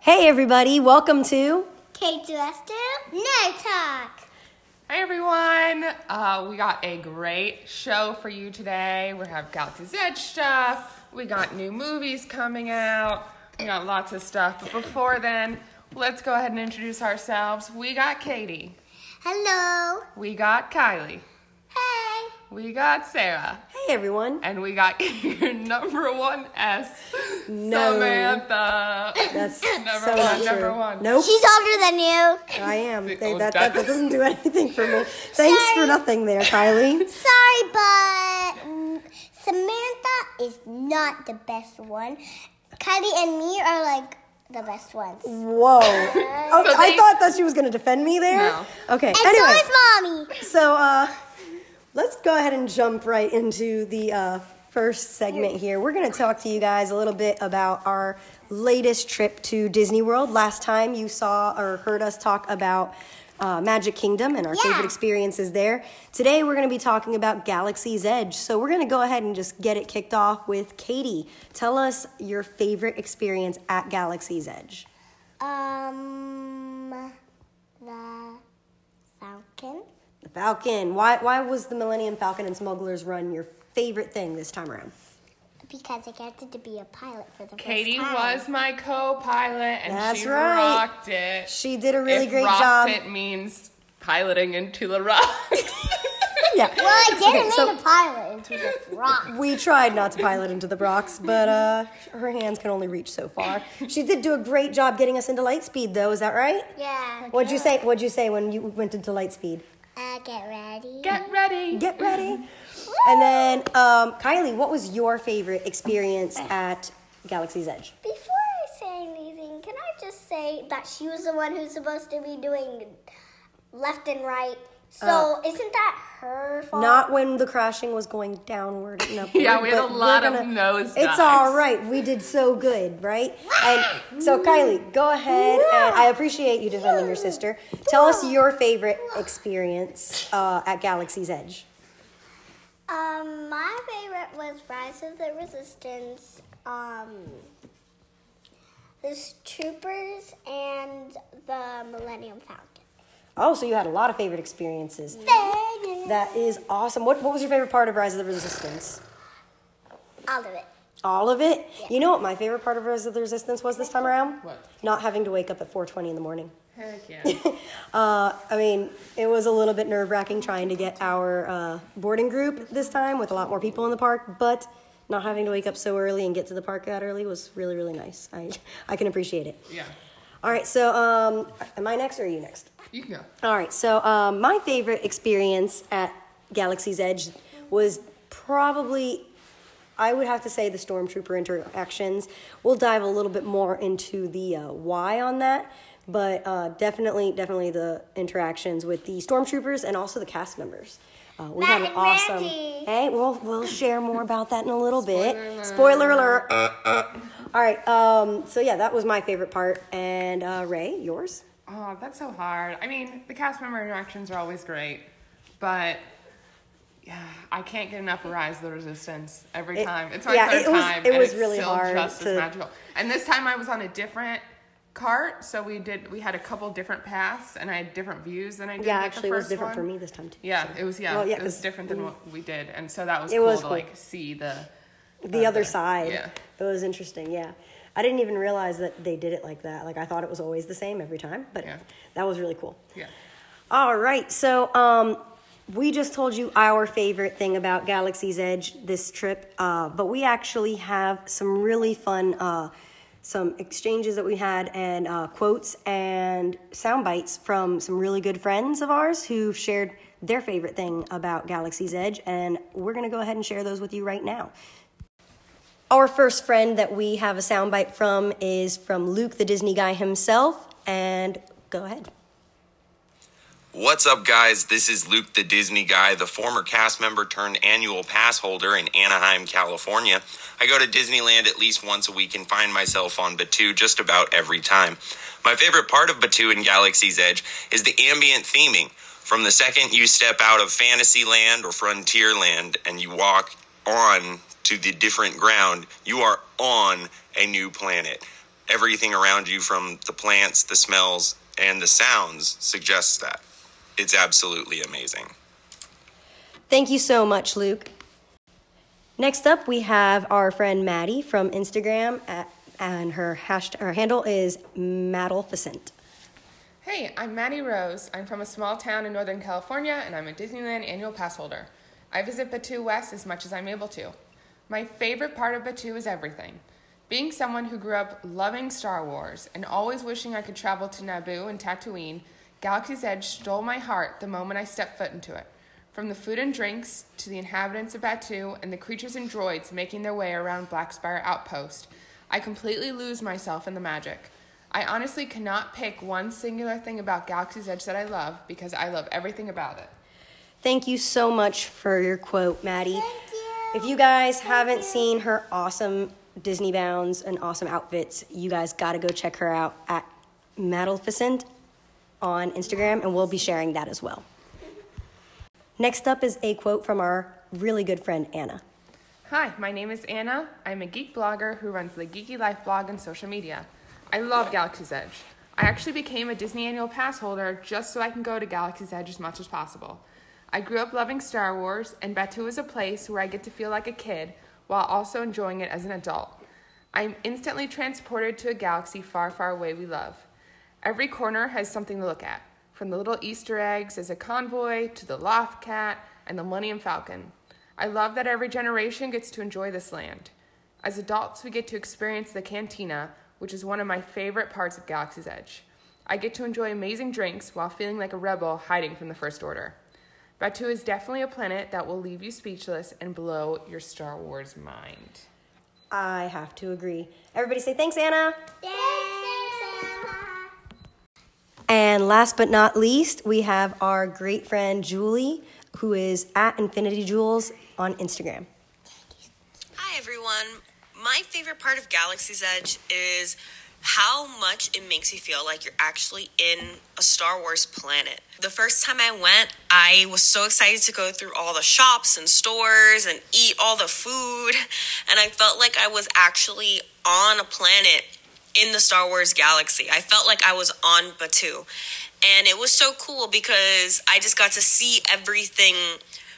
Hey, everybody, welcome to. K2S2 No Talk. Hey everyone! Uh, we got a great show for you today. We have Galaxy's Edge stuff. We got new movies coming out. We got lots of stuff. But before then, let's go ahead and introduce ourselves. We got Katie. Hello. We got Kylie. Hey. We got Sarah. Hey, everyone. And we got your number one S, No. Samantha. That's Number so one, not number true. one. Nope, She's older than you. I am. They- Oh, that, that, that- that doesn't do anything for me. Thanks for Sorry. nothing there, Kylie. Sorry, but mm, Samantha is not the best one. Kylie and me are like the best ones. And Whoa. Oh, So I they- thought that she was going to defend me there. No. Okay, so anyway. is mommy. So uh, let's go ahead and jump right into the uh, first segment here. We're going to talk to you guys a little bit about our latest trip to Disney World. Last time you saw or heard us talk about uh, Magic Kingdom and our Yeah. favorite experiences there. Today we're going to be talking about Galaxy's Edge. So we're going to go ahead and just get it kicked off with Katie. Tell us your favorite experience at Galaxy's Edge. Um, the Falcon. The Falcon. Why, why was the Millennium Falcon and Smuggler's Run your favorite thing this time around? Because I get to be a pilot for the Katie first time. was my co-pilot, and That's she right. rocked it. She did a really if great rocked job. It means piloting into the rocks. Yeah. Well, I didn't Okay, make so- a pilot into the rock. We tried not to pilot into the Bronx, but uh, her hands can only reach so far. She did do a great job getting us into Lightspeed, though. Is that right? Yeah. What'd you say? What'd you say when you went into Lightspeed? Uh, get ready. Get ready. Get ready. And then um, Kylie, what was your favorite experience at Galaxy's Edge? Before I say anything, can I just say that she was the one who's supposed to be doing left and right? So isn't that her fault? Not when the crashing was going downward and upward. Yeah, we had a but we're lot of gonna- nose It's dives. all right. We did so good, right? And so, Kylie, go ahead. And I appreciate you defending your sister. Tell us your favorite experience uh, at Galaxy's Edge. Um, my favorite was Rise of the Resistance. Um, the Troopers and the Millennium Falcon. Oh, so you had a lot of favorite experiences. All That is awesome. What, what was your favorite part of Rise of the Resistance? of it. All of it? You know what my favorite part of Rise of the Resistance was this time around? What? Not having to wake up at 4.20 in the morning. Heck yeah. Uh, I mean, it was a little bit nerve wracking trying to get our uh, boarding group this time with a lot more people in the park, but not having to wake up so early and get to the park that early was really, really nice. I, I can appreciate it. Yeah. All right, so um, am I next or are you next? You can go. All right, so um, my favorite experience at Galaxy's Edge was probably, I would have to say, the stormtrooper interactions. We'll dive a little bit more into the uh, why on that, but uh, definitely, definitely the interactions with the stormtroopers and also the cast members. Uh, we had Matt an and awesome. Randy. Hey, we'll we'll share more about that in a little bit. Spoiler alert. All right. Um, so yeah, that was my favorite part. And uh, Ray, yours? Oh, that's so hard. I mean, the cast member interactions are always great, but yeah, I can't get enough of Rise of the Resistance every It- time. It's my yeah, third it was- time. it and was it's really still hard Just to- as magical. And this time I was on a different cart, so we did. We had a couple different paths, and I had different views than I did. Yeah, with actually, the it first was different one. for me this time too. Yeah, it was. Yeah, Well, yeah, it was 'cause- different than what we did, and so that was It cool was to cool. like see the the other side. Yeah. It was interesting, yeah. I didn't even realize that they did it like that. Like I thought it was always the same every time, but Yeah. that was really cool. Yeah. All right. So, um we just told you our favorite thing about Galaxy's Edge this trip, uh, but we actually have some really fun uh, some exchanges that we had and uh, quotes and sound bites from some really good friends of ours who've shared their favorite thing about Galaxy's Edge, and we're gonna go ahead and share those with you right now. Our first friend that we have a soundbite from is from Luke, the Disney guy himself, and go ahead. What's up, guys? This is Luke the Disney Guy, the former cast member turned annual pass holder in Anaheim, California. I go to Disneyland at least once a week and find myself on Batu just about every time. My favorite part of Batu and Galaxy's Edge is the ambient theming. From the second you step out of Fantasyland or Frontierland and you walk on to the different ground, you are on a new planet. Everything around you, from the plants, the smells, and the sounds, suggests that. It's absolutely amazing. Thank you so much, Luke. Next up, we have our friend Maddie from Instagram, at, and her, hashtag, her handle is Maddleficent. Hey, I'm Maddie Rose. I'm from a small town in Northern California, and I'm a Disneyland annual pass holder. I visit Batu West as much as I'm able to. My favorite part of Batu is everything. Being someone who grew up loving Star Wars and always wishing I could travel to Naboo and Tatooine, Galaxy's Edge stole my heart the moment I stepped foot into it. From the food and drinks to the inhabitants of Batu and the creatures and droids making their way around Blackspire Outpost, I completely lose myself in the magic. I honestly cannot pick one singular thing about Galaxy's Edge that I love because I love everything about it. Thank you so much for your quote, Maddie. Thank you. If you guys haven't seen her awesome Disney bounds and awesome outfits, you guys got to go check her out at Maddleficent on Instagram, and we'll be sharing that as well. Next up is a quote from our really good friend Anna. Hi, my name is Anna. I'm a geek blogger who runs the Geeky Life blog and social media. I love Galaxy's Edge. I actually became a Disney annual pass holder just so I can go to Galaxy's Edge as much as possible. I grew up loving Star Wars, and Batuu is a place where I get to feel like a kid while also enjoying it as an adult. I'm instantly transported to a galaxy far, far away we love. Every corner has something to look at, from the little Easter eggs as a convoy to the Loft Cat and the Millennium Falcon. I love that every generation gets to enjoy this land. As adults, we get to experience the cantina, which is one of my favorite parts of Galaxy's Edge. I get to enjoy amazing drinks while feeling like a rebel hiding from the First Order. Batu is definitely a planet that will leave you speechless and blow your Star Wars mind. I have to agree. Everybody say thanks, Anna. Thanks, Anna. And last but not least, we have our great friend Julie, who is at Infinity Jewels on Instagram. Hi, everyone. My favorite part of Galaxy's Edge is how much it makes you feel like you're actually in a Star Wars planet. The first time I went, I was so excited to go through all the shops and stores and eat all the food, and I felt like I was actually on a planet in the Star Wars galaxy. I felt like I was on Batuu. And it was so cool because I just got to see everything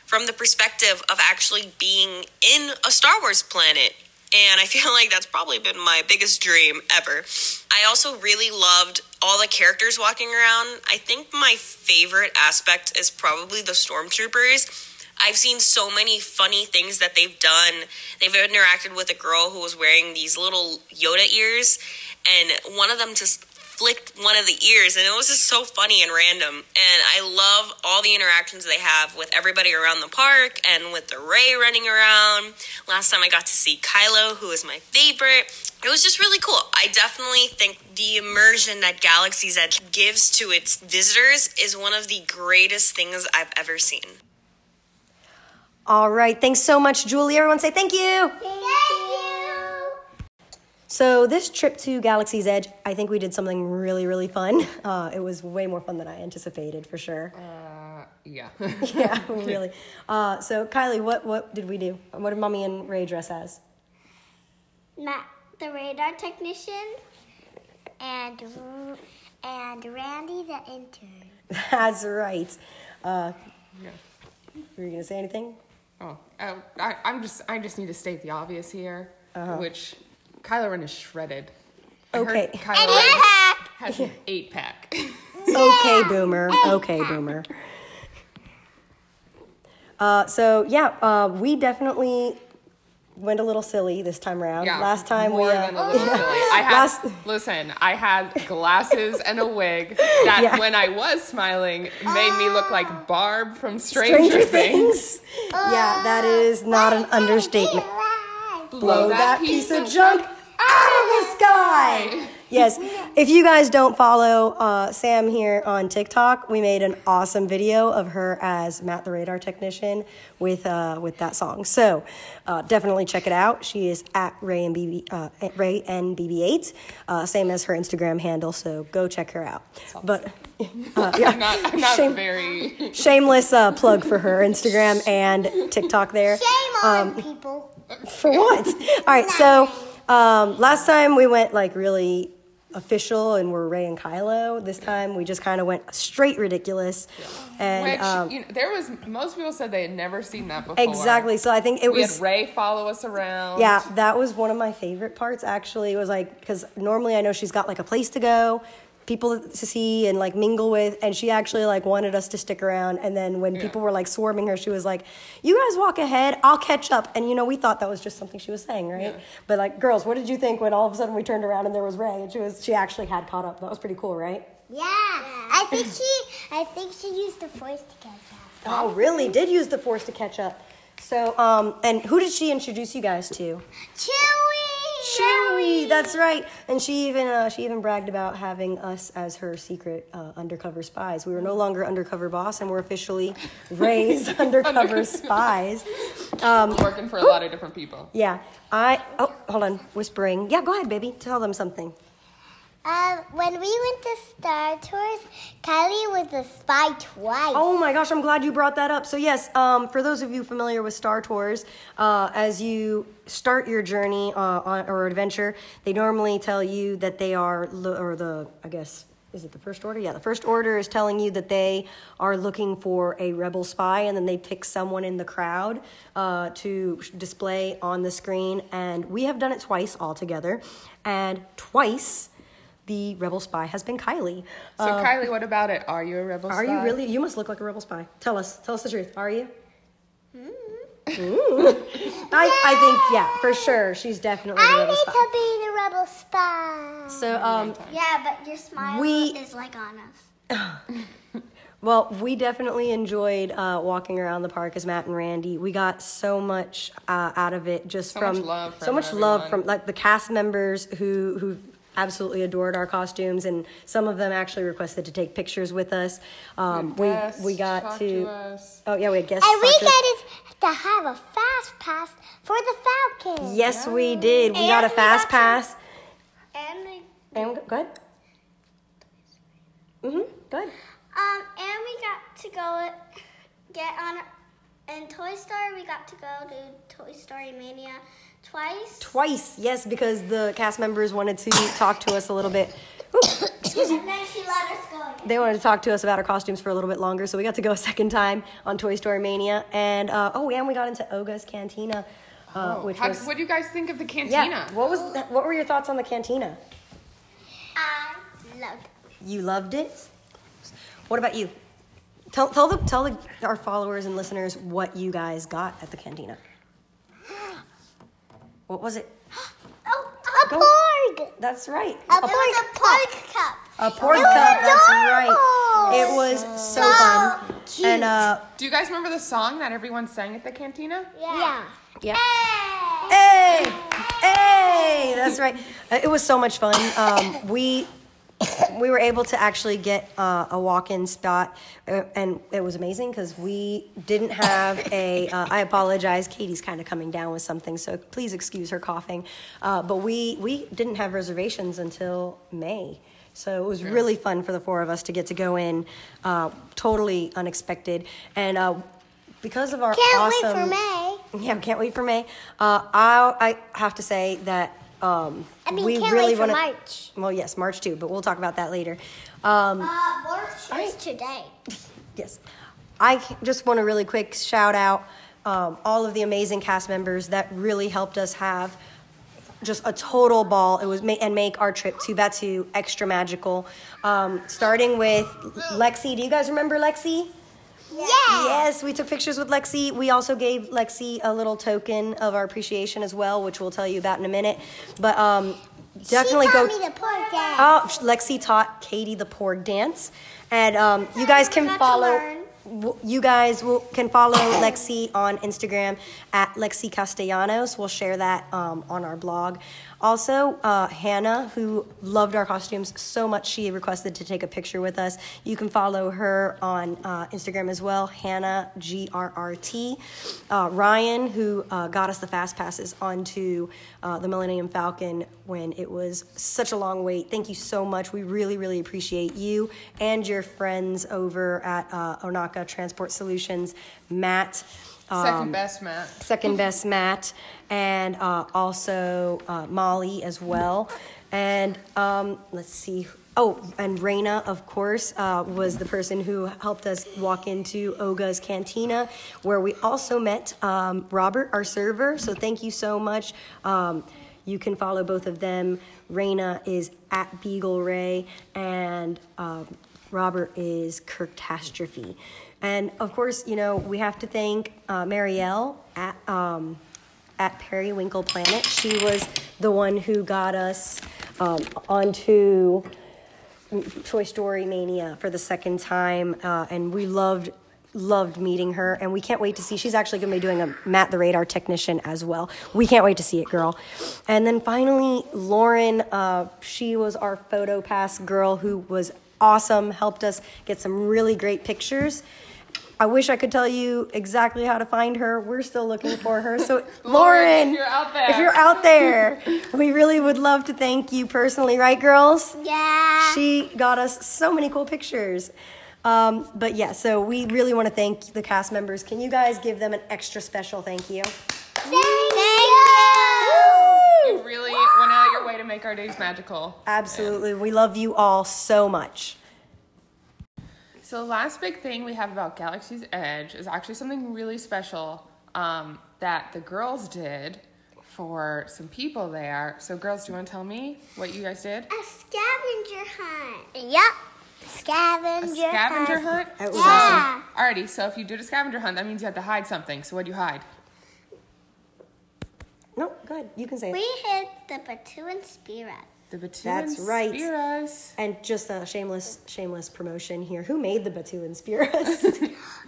from the perspective of actually being in a Star Wars planet. And I feel like that's probably been my biggest dream ever. I also really loved all the characters walking around. I think my favorite aspect is probably the stormtroopers. I've seen so many funny things that they've done. They've interacted with a girl who was wearing these little Yoda ears, and one of them just flicked one of the ears, and it was just so funny and random. And I love all the interactions they have with everybody around the park and with the Ray running around. Last time I got to see Kylo, who is my favorite. It was just really cool. I definitely think the immersion that Galaxy's Edge gives to its visitors is one of the greatest things I've ever seen. All right, thanks so much, Julie. Everyone say thank you. Thank, you. So, this trip to Galaxy's Edge, I think we did something really, really fun. Uh, it was way more fun than I anticipated, for sure. Yeah. Yeah, really. Uh, so, Kylie, what, what did we do? What did Mommy and Ray dress as? Matt, the radar technician, and R- and Randy, the intern. That's right. Uh, Were you going to say anything? Oh, I, I, I'm just. I just need to state the obvious here, which Kylo Ren is shredded. I heard Uh-huh. Okay. Kylo Ren Pack. has an eight pack. Okay, boomer. Okay, boomer. Uh, so yeah, uh, we definitely went a little silly this time around. Yeah, Last time we more uh, than a little silly. I had Last- listen. I had glasses and a wig that, Yeah. when I was smiling, made me look like Barb from Stranger, Stranger Things. Uh, Things. yeah, that is not an understatement. Um, Blow that piece of junk out of the sky. Yes. If you guys don't follow uh, Sam here on TikTok, we made an awesome video of her as Matt the Radar Technician with uh, with that song. So uh, definitely check it out. She is at Ray and BB uh, at Ray and BB8, uh, same as her Instagram handle. So go check her out. But uh, yeah, Not, not Shame- very. shameless uh, plug for her Instagram and TikTok there Shame on people. for what? All right, so um, last time we went like really official and we're Ray and Kylo. This time we just kind of went straight ridiculous. And Which um, you know, there was most people said they had never seen that before. exactly. So I think it We was had Ray follow us around. Yeah, that was one of my favorite parts actually. It was like because normally I know she's got like a place to go, people to see and like mingle with, and she actually like wanted us to stick around. And then when people were like swarming her, she was like, "You guys walk ahead, I'll catch up." And you know, we thought that was just something she was saying, right? But like, girls, what did you think when all of a sudden we turned around and there was Ray and she was she actually had caught up? That was pretty cool, right? Yeah, I think she, I think she used the force to catch up. Oh, really? Did use the force to catch up. So, um, and who did she introduce you guys to? Chewy. Chewy, that's right. And she even uh, she even bragged about having us as her secret uh, undercover spies. We were no longer undercover boss, and we're officially Ray's undercover spies. working for a lot of different people. Yeah, I oh hold on, whispering. Yeah, go ahead, baby, tell them something. Um, when we went to Star Tours, Kylie was a spy twice. Oh my gosh, I'm glad you brought that up. So yes, um, for those of you familiar with Star Tours, uh, as you start your journey uh, on, or adventure, they normally tell you that they are, lo- or the I guess is it the first order? Yeah, the first order is telling you that they are looking for a rebel spy, and then they pick someone in the crowd uh, to sh- display on the screen. And we have done it twice altogether, and twice. The rebel spy has been Kylie. So Kylie, what about it? Are you a rebel? Um, Are you spy? really? You must look like a rebel spy. Tell us. Tell us the truth. Are you? Mm-hmm. Ooh. I, I think yeah, for sure. She's definitely a I rebel need spy. to be the rebel spy. So um, Yeah, but your smile We- is like on us. well, we definitely enjoyed uh, walking around the park as Matt and Randy. We got so much uh, out of it, just So from much love so from much love everyone. from like the cast members who who absolutely adored our costumes, and some of them actually requested to take pictures with us. Um, we Yes, we got talk to. us. Oh yeah, we had guests. And we talk to us. get to have a fast pass for the Falcon. Yes, we did. We got a And fast we got to- pass. And we, And go ahead. Mm-hmm. Go ahead. um, and we got to go get on. In Toy Story, we got to go to Toy Story Mania twice. Twice, yes, because the cast members wanted to talk to us a little bit. Ooh, and then she let us go. again. they wanted to talk to us about our costumes for a little bit longer, so we got to go a second time on Toy Story Mania. And uh, oh, yeah, and we got into Oga's Cantina, uh, which Oh, How, was what do you guys think of the cantina? yeah. What was what were your thoughts on the Cantina? I loved it. You loved it. What about you? Tell tell the tell the, our followers and listeners what you guys got at the Cantina. What was it? Oh, a Go- porg. That's right. A porg. It was a porg cup. A pork It cup. was That's right. It adorable. was so fun. cute. And uh, Do you guys remember the song that everyone sang at the cantina? yeah. yeah. Hey. Hey, hey, that's right. Uh, It was so much fun. Um, we we were able to actually get uh, a walk-in spot, uh, and it was amazing because we didn't have a. Uh, I apologize, Katie's kind of coming down with something, so please excuse her coughing. Uh, but we we didn't have reservations until May. So it was really fun for the four of us to get to go in, uh, totally unexpected, and uh, because of our Can't awesome wait for May. yeah, can't wait for May. Uh, I I have to say that um, I mean, we can't really wait for want to. March. Well, yes, March too, but we'll talk about that later. Um, Uh, March is today. yes, I c- just want to really quick shout out um, all of the amazing cast members that really helped us have just a total ball. It was ma- and make our trip to Batu extra magical. Um, starting with Lexi. Do you guys remember Lexi? Yeah. Yes, we took pictures with Lexi. We also gave Lexi a little token of our appreciation as well, which we'll tell you about in a minute. But um, definitely she go. taught me the porg dance. oh, Lexi taught Katie the porg dance, and um, you guys I got can to follow. learn. w- You guys will, can follow Lexi on Instagram at Lexi Castellanos. We'll share that um, on our blog. Also, uh, Hannah, who loved our costumes so much, she requested to take a picture with us. You can follow her on uh, Instagram as well, Hannah G R R T. Uh, Ryan, who uh, got us the fast passes onto uh, the Millennium Falcon when it was such a long wait. Thank you so much. We really, really appreciate you and your friends over at uh, Onaka Transport Solutions, Matt. Second best, Matt. second best Matt, and uh, also uh, Molly as well. And um, let's see. Oh, and Raina, of course, uh, was the person who helped us walk into Oga's Cantina, where we also met um, Robert, our server. So thank you so much. Um, you can follow both of them. Raina is at Beagle Ray, and um, Robert is Kirktastrophe. And of course, you know, we have to thank uh, Marielle at, um, at Periwinkle Planet. She was the one who got us um, onto Toy Story Mania for the second time, uh, and we loved loved meeting her, and we can't wait to see. She's actually going to be doing a Matt the Radar Technician as well. We can't wait to see it, girl. And then finally, Lauren, uh, she was our photo pass girl who was awesome, helped us get some really great pictures. I wish I could tell you exactly how to find her. We're still looking for her. So, Lauren, you're out there. if you're out there, we really would love to thank you personally, right, girls? Yeah. She got us so many cool pictures. Um, but yeah, so we really want to thank the cast members. Can you guys give them an extra special thank you? Thank, you. You really went out of your way to make our days magical. Absolutely. We love you all so much. So the last big thing we have about Galaxy's Edge is actually something really special um, that the girls did for some people there. So girls, do you want to tell me what you guys did? A scavenger hunt. Yep. Scavenger, A scavenger hunt. That was Yeah. awesome. Alrighty, so if you did a scavenger hunt, that means you had to hide something. So what do you hide? No, go ahead. You can say it. We hit the Batu and Spira. The Batu That's and right. Spiras. And just a shameless, shameless promotion here. Who made the Batu and Spiras?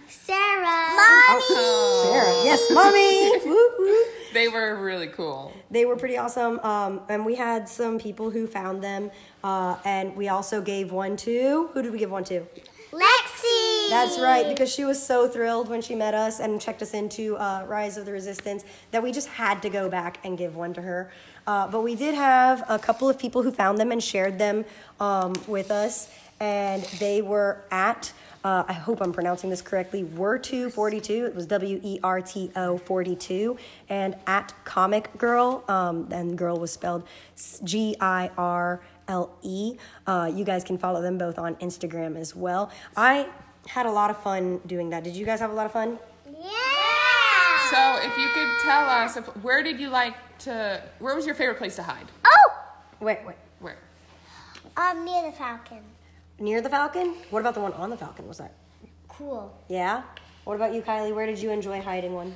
Sarah. Sarah. Yes, mommy. Woo, woo. They were really cool. They were pretty awesome. Um, and we had some people who found them. Uh, and we also gave one to, who did we give one to? Lexi. That's right, because she was so thrilled when she met us and checked us into uh, Rise of the Resistance that we just had to go back and give one to her. Uh, but we did have a couple of people who found them and shared them um, with us, and they were at. Uh, I hope I'm pronouncing this correctly. Were two forty two. It was W E R T O forty two, and at Comic Girl, um, and girl was spelled G I R L E. Uh, you guys can follow them both on Instagram as well. I had a lot of fun doing that. Did you guys have a lot of fun? Yeah. So if you could tell us, if, where did you like to? Where was your favorite place to hide? Oh. Wait, wait. Where? Um, near the Falcon. Near the Falcon? What about the one on the Falcon? Was that? Cool. Yeah? What about you, Kylie? Where did you enjoy hiding one?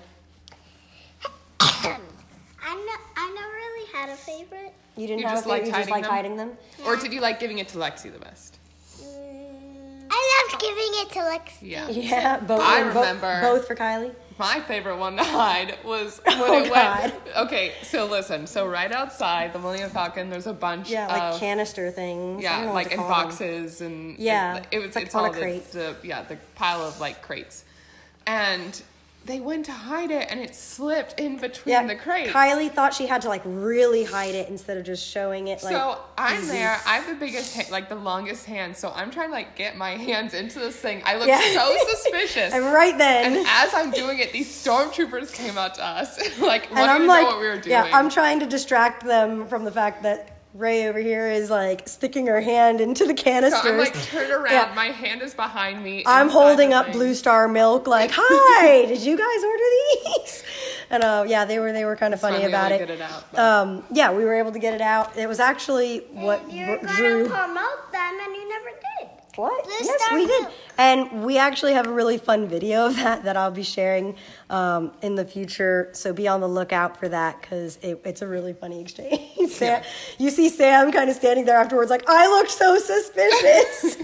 I no, I never really had a favorite. You didn't You have just a favorite, liked you just hiding like them? hiding them? Or did you like giving it to Lexi the best? Mm. I loved giving it to Lexi. Yeah. Yeah, both. I bo- remember. Both for Kylie? My favorite one to hide was when Oh, it God. went. Okay, so listen. So right outside the Millennium Falcon, there's a bunch Yeah, like of canister things. I don't oh. yeah, know what like to in call them. boxes and Yeah, and it was it's like it's on a all the, crate. the yeah the pile of like crates, and they went to hide it and it slipped in between Yeah, the crates. Kylie thought she had to like really hide it instead of just showing it. Like, So I'm there. I have the biggest, ha- like the longest hand. So I'm trying to like get my hands into this thing. I look Yeah. so suspicious. and right then, and as I'm doing it, these stormtroopers came out to us, like and wanted I'm to like, know what we were doing. yeah, I'm trying to distract them from the fact that Ray over here is like sticking her hand into the canisters. so I'm like turned around. Yeah. My hand is behind me. I'm inside holding the up thing. Blue Star Milk, like, "Hi, did you guys order these?" And uh, yeah, they were they were kind of funny finally about able it. to get it out, but- um, yeah, we were able to get it out. It was actually what And you're gonna drew. promote them, and you never did. What? Blue yes, Star we did. Milk. And we actually have a really fun video of that that I'll be sharing um, in the future. So be on the lookout for that because it, it's a really funny exchange. Sam, You see Sam kind of standing there afterwards, like, I looked so suspicious.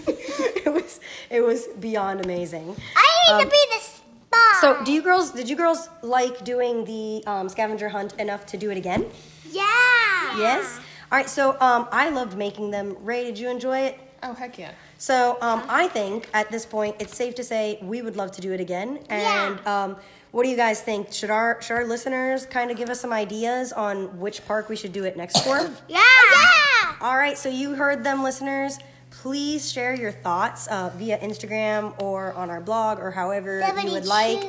it was it was beyond amazing. I need to be the spy. Um, Um, So, do you girls? Did you girls like doing the um, scavenger hunt enough to do it again? yeah. Yes. All right. So, um, I loved making them. Ray, did you enjoy it? Oh heck yeah! So, um, I think at this point, it's safe to say we would love to do it again. And um, what do you guys think? Should our should our listeners kind of give us some ideas on which park we should do it next for? Yeah. Oh, Yeah. All right, so you heard them, listeners. Please share your thoughts uh, via Instagram or on our blog or however you would like.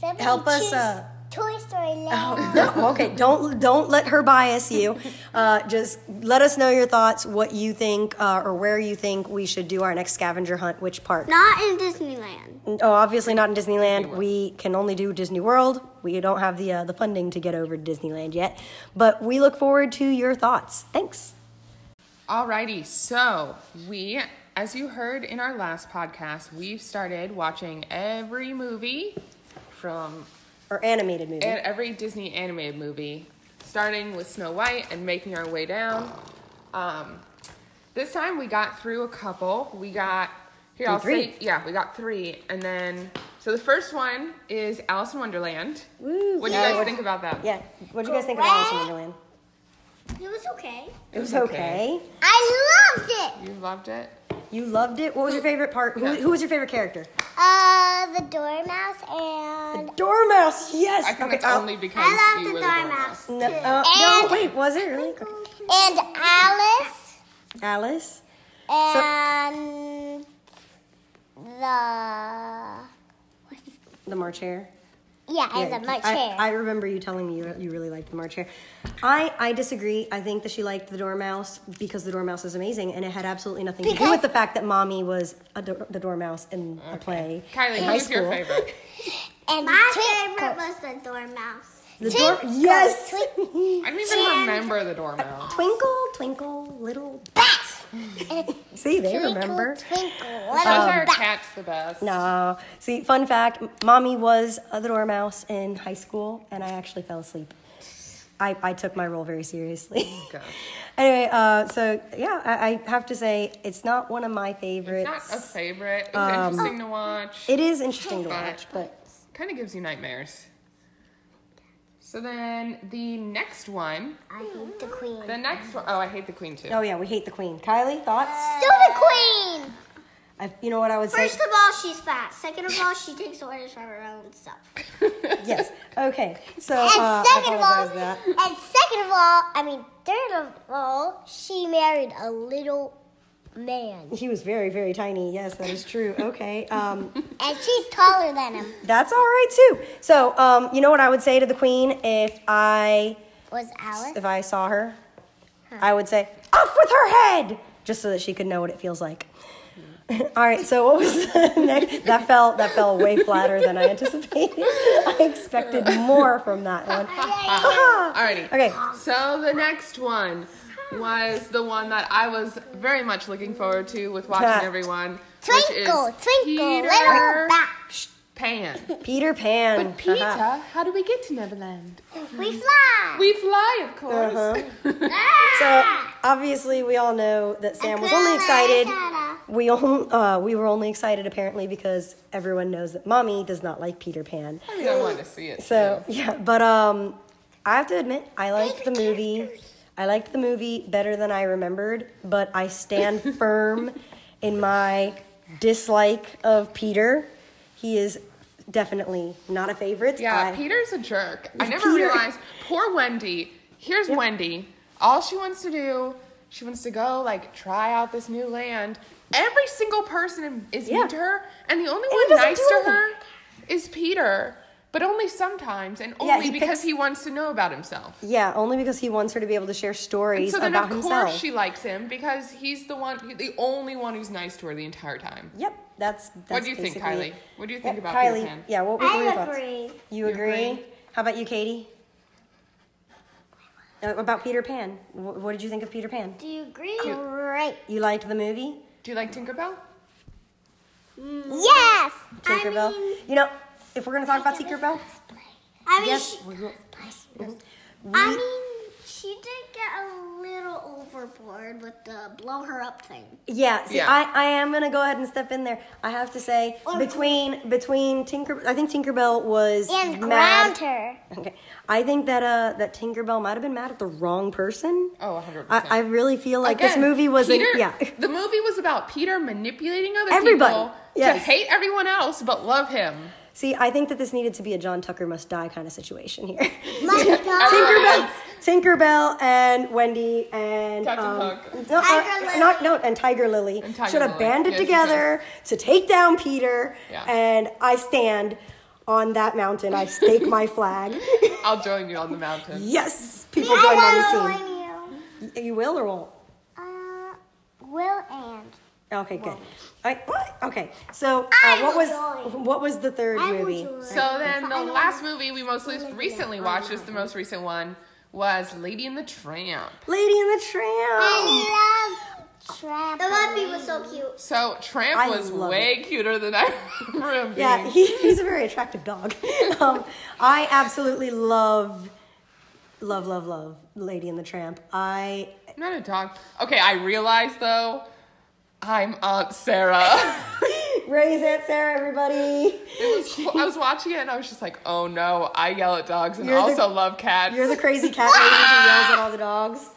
Somebody Help us, choose uh, Toy Story Land. No, okay, don't don't let her bias you. Uh, just let us know your thoughts, what you think, uh, or where you think we should do our next scavenger hunt, which park. Not in Disneyland. Oh, obviously not in Disneyland. We can only do Disney World. We don't have the uh, the funding to get over to Disneyland yet, but we look forward to your thoughts. Thanks. Alrighty, so we, as you heard in our last podcast, we've started watching every movie from Or animated movie. and every Disney animated movie, starting with Snow White and making our way down. Um, this time we got through a couple. We got here. I'll Three. say yeah, we got three, and then so the first one is Alice in Wonderland. Woo, what do yeah. you guys think about that? yeah. What do you guys think of Alice in Wonderland? It was okay. It was okay. I loved it. You loved it. You loved it. What was your favorite part? Who, who was your favorite character? Uh, the dormouse and Dormouse. Yes. I think okay. that's I'll- only because I you love were the the dormouse. dormouse. No, uh, no, And- wait, was it really? Okay. And Alice Alice? and the The March Hare? yeah, and Yeah, the much I, hair. I remember you telling me you, you really liked the March Hare. I, I disagree. I think that she liked the Dormouse because the Dormouse is amazing and it had absolutely nothing to do Because- with the fact that mommy was a dor- the Dormouse in the play. Kylie, in who's high your school. favorite? and My favorite Twinkle. was the dormouse. The dor- Twinkle, yes! I don't even remember the dormouse. twinkle, twinkle, little. Bats. See, they Twinkle, remember. Twinkle. Those Little are bat. cats the best. Um, No. See, fun fact m- mommy was uh, the dormouse in high school, and I actually fell asleep. I, I took my role very seriously. Okay. anyway, uh, so yeah, I, I have to say it's not one of my It's favorites. not a favorite. It's Um, interesting to watch. It is interesting to But- watch, but kind of gives you nightmares. So then the next one, I hate the queen. the next one, oh, I hate the queen too. oh yeah, we hate the queen. Kylie, thoughts? Still the queen. I, you know what I would say? First of all, she's fat. Second of all, she takes orders from her own self. yes. Okay. So And uh, I second of all, apologize for that. and second of all, I mean third of all, she married a little man, He was very, very tiny. Yes, that is true. Okay. Um, and she's taller than him. that's all right too. So, um, you know what I would say to the queen if I Was Alice? if I saw her, I would say, off with her head! Just so that she could know what it feels like. All right, so what was the next? That fell, that fell way flatter than I anticipated. I expected more from that one. Ah! Alrighty. Okay. So the next one was the one that I was very much looking forward to with watching everyone. which is Twinkle, twinkle, Peter little bat. Pan. Peter Pan. Uh-huh. But Peter, how do we get to Neverland? Uh-huh. We fly. Ah! We fly, of course. So obviously, we all know that Sam was only excited. We all, uh, we were only excited apparently because everyone knows that mommy does not like Peter Pan. I mean, I wanted to see it. So yeah, but um, I have to admit, I liked the movie. I liked the movie better than I remembered, but I stand firm in my dislike of Peter. He is definitely not a favorite. Yeah, I- Peter's a jerk. I never Peter- realized. Poor Wendy. Here's Wendy. All she wants to do, she wants to go like try out this new land. Every single person is Yeah. mean to her, and the only he one doesn't nice do to anything. her is Peter, but only sometimes, and Yeah, only he because picks- he wants to know about himself. Yeah, only because he wants her to be able to share And stories so then, about of course, himself. she likes him because he's the one, the only one who's nice to her the entire time. Yep, that's. that's What do you think, basically Kylie? it. What do you think Yep, about Kylie? Peter Pan? Yeah, what, what were your I thoughts? agree. You You agree? agree? How about you, Katie? Uh, about Peter Pan. What, what did you think of Peter Pan? Do you agree? Great. You liked the movie Do you like Tinkerbell? Yes. Tinkerbell? you know, if we're gonna talk about Tinkerbell, I mean, yes, she, we will. I mean, she did get a little overboard with the blow her up thing. Yeah, see, Yeah. I, I am gonna go ahead and step in there. I have to say between between Tinker, I think Tinkerbell was And mad. ground her. Okay, I think that uh that Tinkerbell might have been mad at the wrong person. Oh, 100%. I, I really feel like this Again, movie was a Peter, yeah. The movie was about Peter manipulating other Everybody, people to yes. hate everyone else but love him. See, I think that this needed to be a John Tucker must die kind of situation here. My God. Ah. Tinkerbell, Tinkerbell, and Wendy and Captain um, Hook. no, uh, Tiger Lily. not no, and Tiger Lily And Tiger should have Lily. banded Yes, together to take down Peter. Yeah. And I stand. on that mountain. I stake my flag. I'll join you on the mountain. Yes, people join on Join you. the scene. You will or won't? Uh, Will and Okay, good. I, what? Okay, so uh, I what will was join. what was the third I will movie? join. So then the I know last movie we mostly recently watched, just the most recent one, was Lady and the Tramp. Lady and the Tramp. I love trampoline. The Muppet was so cute. So Tramp I was love way cuter than I remember him Yeah, being. he, he's a very attractive dog. Um, I absolutely love, love, love, love Lady and the Tramp. I I'm not a dog. Okay, I realize though, I'm Aunt Sarah. raise it, Sarah, everybody. I was watching it and I was just like, oh no, I yell at dogs and You're the- also love cats. You're the crazy cat lady who yells at all the dogs.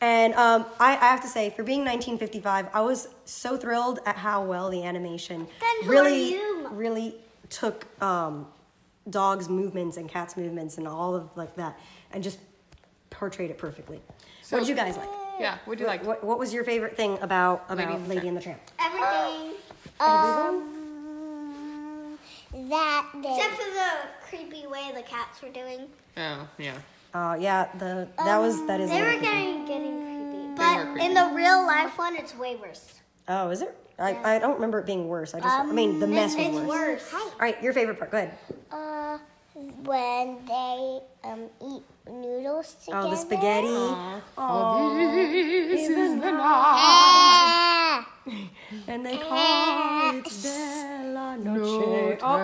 And um, I, I have to say, for being 1955, I was so thrilled at how well the animation Then who are really, you? really took um, dogs' movements and cats' movements and all of like that, and just portrayed it perfectly. So- what did you guys like? yeah, what do you like? What, what was your favorite thing about about Lady Lady and, and the the Tramp? Everything. Um, that day. Except for the creepy way the cats were doing. Oh, yeah. Uh, yeah, the that was that is. Um, They were another- getting getting creepy. were But creepy. in the real life one, it's way worse. Oh, is it? I, I don't remember it being worse. I just I mean Um, the mess was It's worse. worse. All right, your favorite part. Go ahead. Uh, when they um eat noodles together. Oh, the spaghetti. Oh, Oh, This is the Ah, And they call it Bella Noche. Oh,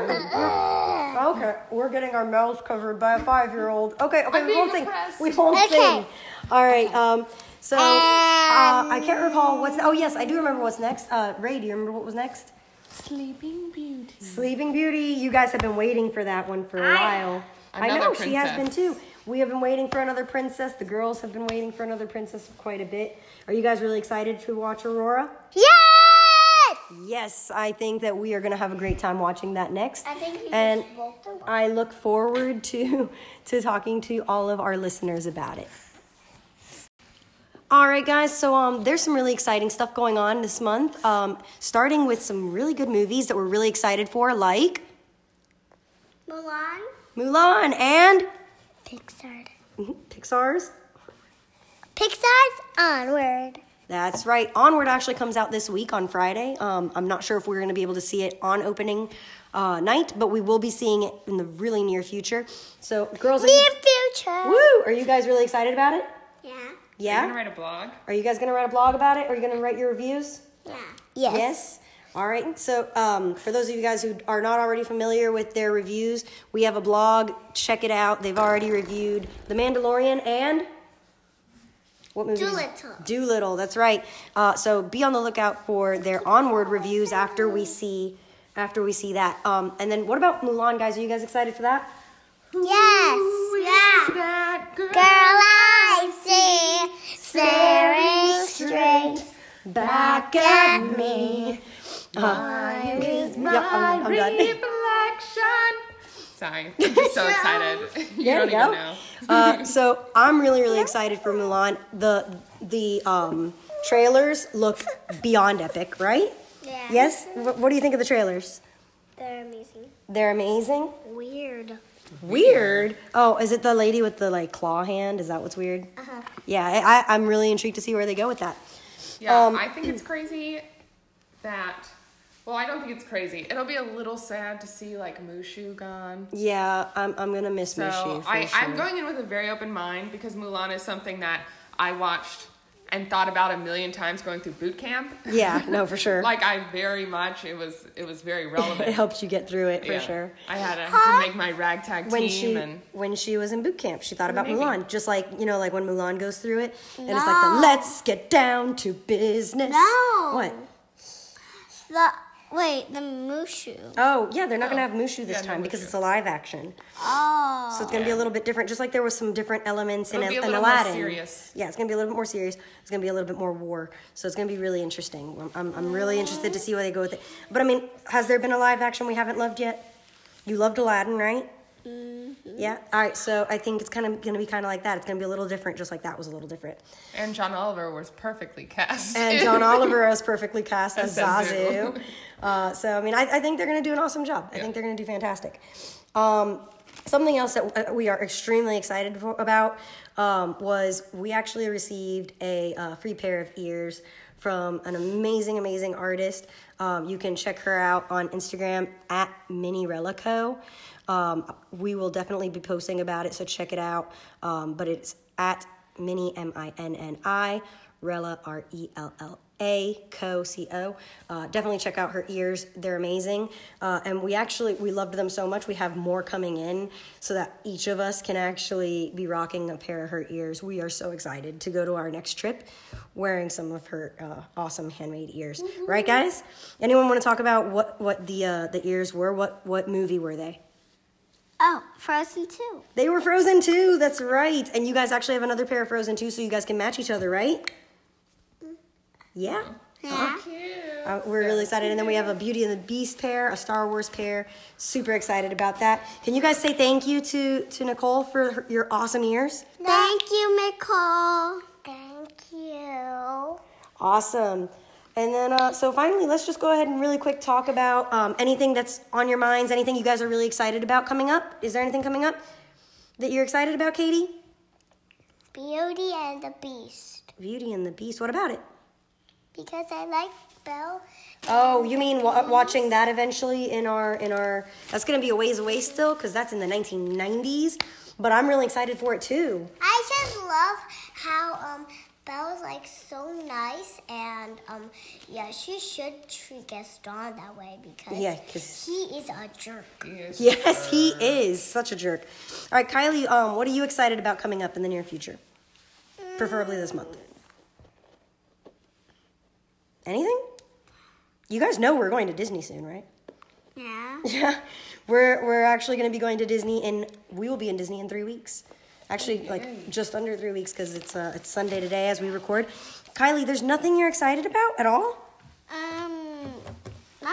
oh, oh. Okay, we're getting our mouths covered by a five-year-old. Okay, okay, we being won't sing. impressed. We won't Okay. sing. All right. Um. So uh, I can't recall what's. Oh yes, I do remember what's next. Uh, Ray, do you remember what was next? Sleeping Beauty. Sleeping Beauty. You guys have been waiting for that one for a while. I know Another she has been princess. too. We have been waiting for another princess. The girls have been waiting for another princess quite a bit. Are you guys really excited to watch Aurora? yes. Yes, I think that we are going to have a great time watching that next. I think he and just rolled the ball. I look forward to to talking to all of our listeners about it. All right, guys. So um, there's some really exciting stuff going on this month. Um, starting with some really good movies that we're really excited for, like Mulan. Mulan and mm-hmm, Pixar. Pixar's. Pixar's onward. That's right. Onward actually comes out this week on Friday. Um, I'm not sure if we're going to be able to see it on opening uh, night, but we will be seeing it in the really near future. So, girls, are you- Near future. Woo! Are you guys really excited about it? Yeah. I'm gonna Yeah? write a blog. Are you guys gonna write a blog about it? Are you gonna write your reviews? Yes. Yes? All right. So, um, for those of you guys who are not already familiar with their reviews, we have a blog. Check it out. They've already reviewed The Mandalorian and. What movie? Doolittle. Doolittle, that's right. Uh, so be on the lookout for their onward reviews after we see after we see that. Um, and then what about Mulan, guys? Are you guys excited for that? Yes. Yeah. That girl. Girl, I see staring straight Back at me. Mine is my Uh, I'm, I'm done. Reflection. Sorry, I'm just so excited. you There don't we even go. know. Uh, so I'm really, really excited for Mulan. The the um, trailers look beyond epic, right? Yeah. Yes. What, what do you think of the trailers? They're amazing. They're amazing. Weird. Weird. Oh, is it the lady with the like claw hand? Is that what's weird? Yeah, I, I- I'm really intrigued to see where they go with that. Yeah, Um, I think it's crazy that. Well, I don't think it's crazy. It'll be a little sad to see like Mushu gone. Yeah, I'm, I'm gonna miss So Mushu. for I, sure. I'm going in with a very open mind because Mulan is something that I watched and thought about a million times going through boot camp. Yeah, no, for sure. Like I very much it was it was very relevant it helped you get through it for Yeah. sure. I had, I had to make my ragtag when team she and when she was in boot camp, she thought about Maybe. Mulan, just like you know, like when Mulan goes through it, and it's like the "Let's get down to business." No. What? The wait, the Mushu. Oh, yeah, they're not gonna have Mushu this Yeah, no time because Mushu. it's a live action, Oh. so it's gonna be a little bit different. Just like there was some different elements in, It'll be a in little more Aladdin. serious. Yeah, it's gonna be a little bit more serious. It's gonna be a little bit more war, so it's gonna be really interesting. I'm, I'm, I'm really interested to see where they go with it. But I mean, has there been a live action we haven't loved yet? You loved Aladdin, right? Yeah. All right. So I think it's kind of going to be kind of like that. It's going to be a little different, just like that was a little different. And John Oliver was perfectly cast. And John Oliver is perfectly cast as As Zazu. Zazu. Uh, so I mean, I, I think they're going to do an awesome job. I think they're going to do fantastic. Um, something else that uh, we are extremely excited for, about um, was we actually received a uh, free pair of ears from an amazing, amazing artist. Um, you can check her out on Instagram at Mini Relico. Um, we will definitely be posting about it, so check it out. Um, but it's at Mini M I N N I Rella R E L L A Co C O. Uh, definitely check out her ears; they're amazing. Uh, and we actually we loved them so much. We have more coming in, so that each of us can actually be rocking a pair of her ears. We are so excited to go to our next trip wearing some of her uh, awesome handmade ears. Right, guys? Anyone want to talk about what what the uh, the ears were? What what movie were they? Oh, Frozen too. They were Frozen too. That's right. And you guys actually have another pair of Frozen too, so you guys can match each other, right? Yeah. Yeah. Uh, we're really excited. And then we have a Beauty and the Beast pair, a Star Wars pair. Super excited about that. Can you guys say thank you to, to Nicole for her, your awesome ears? Thank you, Nicole. Thank you. Awesome. And then, uh, so finally, let's just go ahead and really quick talk about um, anything that's on your minds, anything you guys are really excited about coming up. Is there anything coming up that you're excited about, Katie? Beauty and the Beast. Beauty and the Beast. What about it? Because I like Belle. Oh, you mean w- watching that eventually in our in our? That's gonna be a ways away still, cause that's in the 1990s. But I'm really excited for it too. I just love how um Belle is like so nice and um yeah she should treat Gaston that way because Yeah, 'cause- he is a jerk. Yes, he is such a jerk. All right, Kylie, um, what are you excited about coming up in the near future? Preferably this month. Anything? You guys know we're going to Disney soon, right? Yeah. Yeah, we're we're actually going to be going to Disney, and we will be in Disney in three weeks. Actually, like just under three weeks because it's uh, it's Sunday today as we record. Kylie, there's nothing you're excited about at all. Um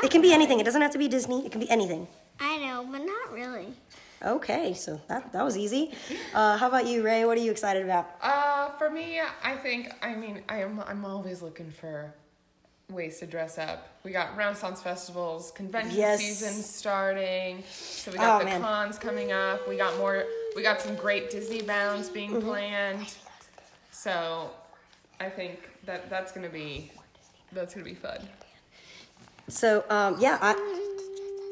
It can be anything. It doesn't have to be Disney. It can be anything. I know, but not really. Okay, so that that was easy. Uh, how about you, Ray? What are you excited about? Uh, for me, I think I mean I am I'm always looking for ways to dress up. We got Renaissance festivals, convention Yes. season starting, so we got Oh, the man. cons coming up. We got more. We got some great Disney bounds being Mm-hmm. planned. So, I think that that's gonna be that's gonna be fun. So um, yeah, I,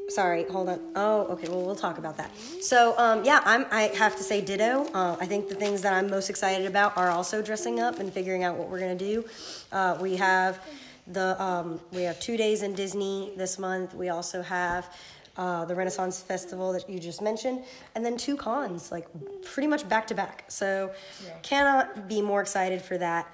sorry, hold on. Oh, okay. Well, we'll talk about that. So um, yeah, I'm. I have to say ditto. Uh, I think the things that I'm most excited about are also dressing up and figuring out what we're gonna do. Uh, we have the um, we have two days in Disney this month. We also have. Uh, the Renaissance Festival that you just mentioned, and then two cons, like pretty much back to back. So, cannot be more excited for that.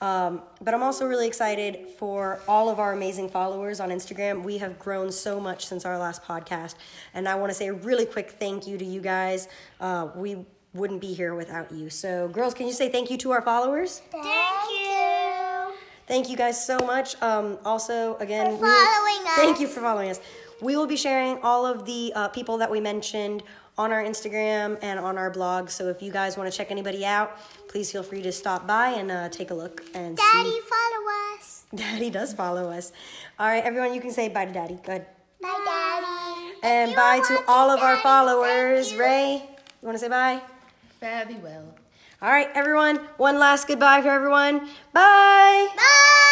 Um, but I'm also really excited for all of our amazing followers on Instagram. We have grown so much since our last podcast. And I want to say a really quick thank you to you guys. Uh, we wouldn't be here without you. So, girls, can you say thank you to our followers? Thank, you. Thank you guys so much. Um, also, again, For following us. Thank you for following us. We will be sharing all of the uh, people that we mentioned on our Instagram and on our blog. So if you guys want to check anybody out, please feel free to stop by and uh, take a look and see. Daddy, follow us. Daddy does follow us. All right, everyone, you can say bye to Daddy. Go ahead. Bye, Daddy. And you bye to watching, all of our Daddy, followers. thank you. Ray, you want to say bye? Fare thee well. All right, everyone, one last goodbye for everyone. Bye. Bye.